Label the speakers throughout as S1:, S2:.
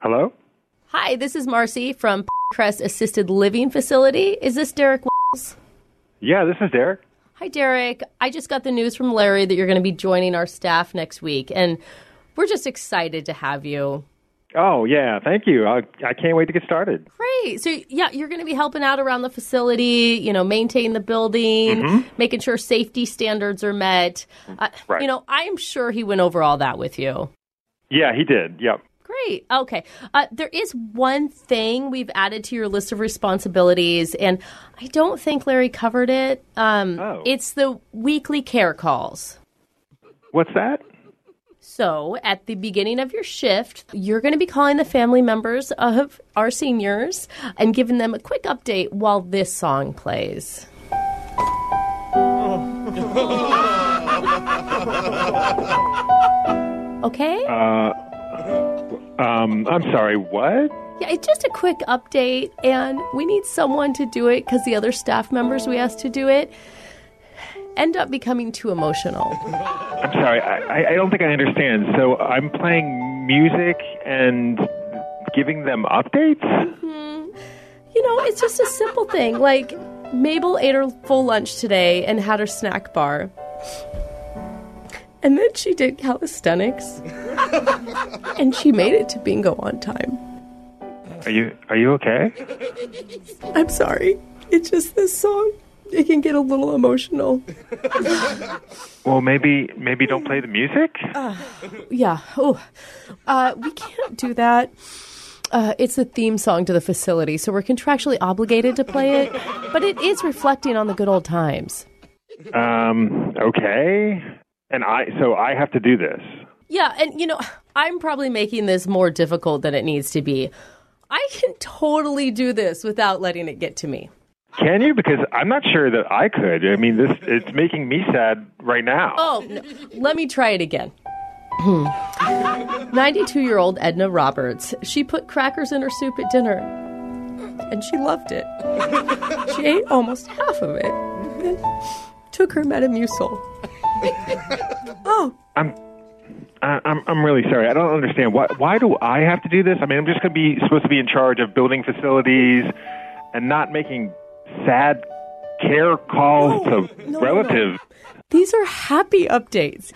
S1: Hello?
S2: Hi, this is Marcy from Crest Assisted Living Facility. Is this Derek Wells?
S1: Yeah, this is Derek.
S2: Hi, Derek. I just got the news from Larry that you're going to be joining our staff next week, and we're just excited to have you.
S1: Oh, yeah, thank you. I, I can't wait to get started.
S2: Great. So, yeah, you're going to be helping out around the facility, you know, maintain the building, making sure safety standards are met. Uh,
S1: Right.
S2: You know, I'm sure he went over all that with you.
S1: Yeah, he did. Yep.
S2: Great. Okay. Uh, there is one thing we've added to your list of responsibilities, and I don't think Larry covered it. Um,
S1: Oh.
S2: It's the weekly care calls.
S1: What's that?
S2: So, at the beginning of your shift, you're going to be calling the family members of our seniors and giving them a quick update while this song plays. okay?
S1: Um, I'm sorry, what?
S2: Yeah, it's just a quick update, and we need someone to do it because the other staff members we asked to do it end up becoming too emotional.
S1: I'm sorry, I, I- I don't think I understand. So I'm playing music and giving them updates?
S2: You know, it's just a simple thing. Like, Mabel ate her full lunch today and had her snack bar. And then she did calisthenics. and she made it to bingo on time.
S1: Are you are you okay?
S2: I'm sorry. It's just this song. It can get a little emotional.
S1: Well, maybe maybe don't play the music?
S2: Yeah. Oh, uh, we can't do that. Uh, it's the theme song to the facility, so we're contractually obligated to play it. But it is reflecting on the good old times.
S1: Um, okay. And I so I have to do this.
S2: Yeah, and you know, I'm probably making this more difficult than it needs to be. I can totally do this without letting it get to me.
S1: Can you? Because I'm not sure that I could. I mean, this it's making me sad right now.
S2: Oh, no. let me try it again. 92 year old Edna Roberts. She put crackers in her soup at dinner, and she loved it. She ate almost half of it, and took her Metamucil. Oh,
S1: I'm I- I'm I'm really sorry. I don't understand why why do I have to do this? I mean, I'm just going to be supposed to be in charge of building facilities and not making sad care calls to
S2: No, no, no, no.
S1: relatives.
S2: These are happy updates.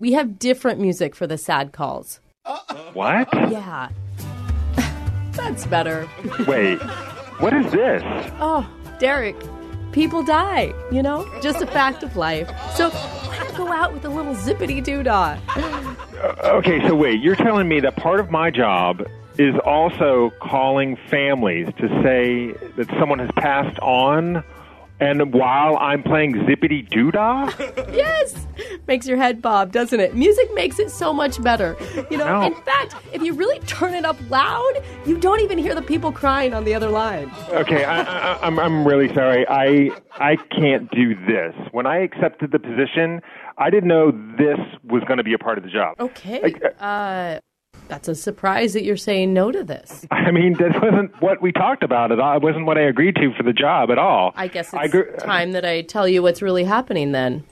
S2: We have different music for the sad calls.
S1: What?
S2: Yeah. That's better.
S1: Wait. What is this?
S2: Oh, Derek, people die, you know? Just a fact of life. So why not go out with a little zippity doo dah?
S1: Okay, so wait, you're telling me that part of my job is also calling families to say that someone has passed on and while I'm playing zippity doodah?
S2: Yes! Makes your head bob, doesn't it? Music makes it so much better. You know,
S1: No.
S2: in fact, if you really turn it up loud, you don't even hear the people crying on the other line.
S1: Okay, I, I, I'm I'm really sorry. I I can't do this. When I accepted the position, I didn't know this was going to be a part of the job.
S2: Okay. Uh that's a surprise that you're saying no to this.
S1: I mean, this wasn't what we talked about. It all- it wasn't what I agreed to for the job at all.
S2: I guess it's
S1: gr-
S2: time that I tell you what's really happening then.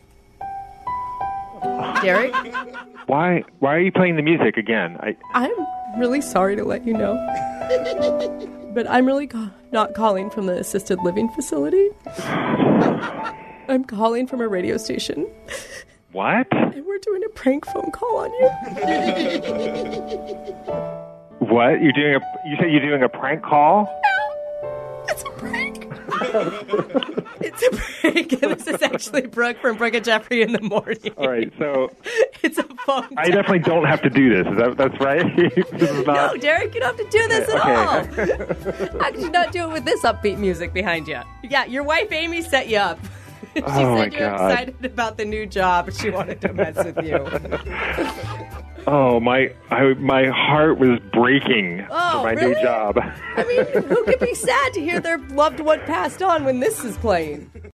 S2: Derek?
S1: Why Why are you playing the music again? I
S2: I'm really sorry to let you know. but I'm really ca- not calling from the assisted living facility. I'm calling from a radio station,
S1: what?
S2: and we're doing a prank phone call on you.
S1: What you're doing? A, you said you're doing a prank call?
S2: It's a prank. it's a prank. this is actually Brooke from Brooke and Jeffrey in the morning.
S1: All right, so
S2: It's a phone.
S1: I definitely don't have to do this. Is that that's right? this is
S2: no,
S1: not.
S2: Derek, you don't have to do this at
S1: Okay.
S2: all. How could you not do it with this upbeat music behind you? Yeah, your wife Amy set you up. she
S1: Oh, my
S2: said you're
S1: God.
S2: excited about the new job. She wanted to mess with you.
S1: Oh my! I, my heart was breaking
S2: Oh,
S1: for my
S2: really?
S1: new job.
S2: I mean, who could be sad to hear their loved one passed on when this is playing?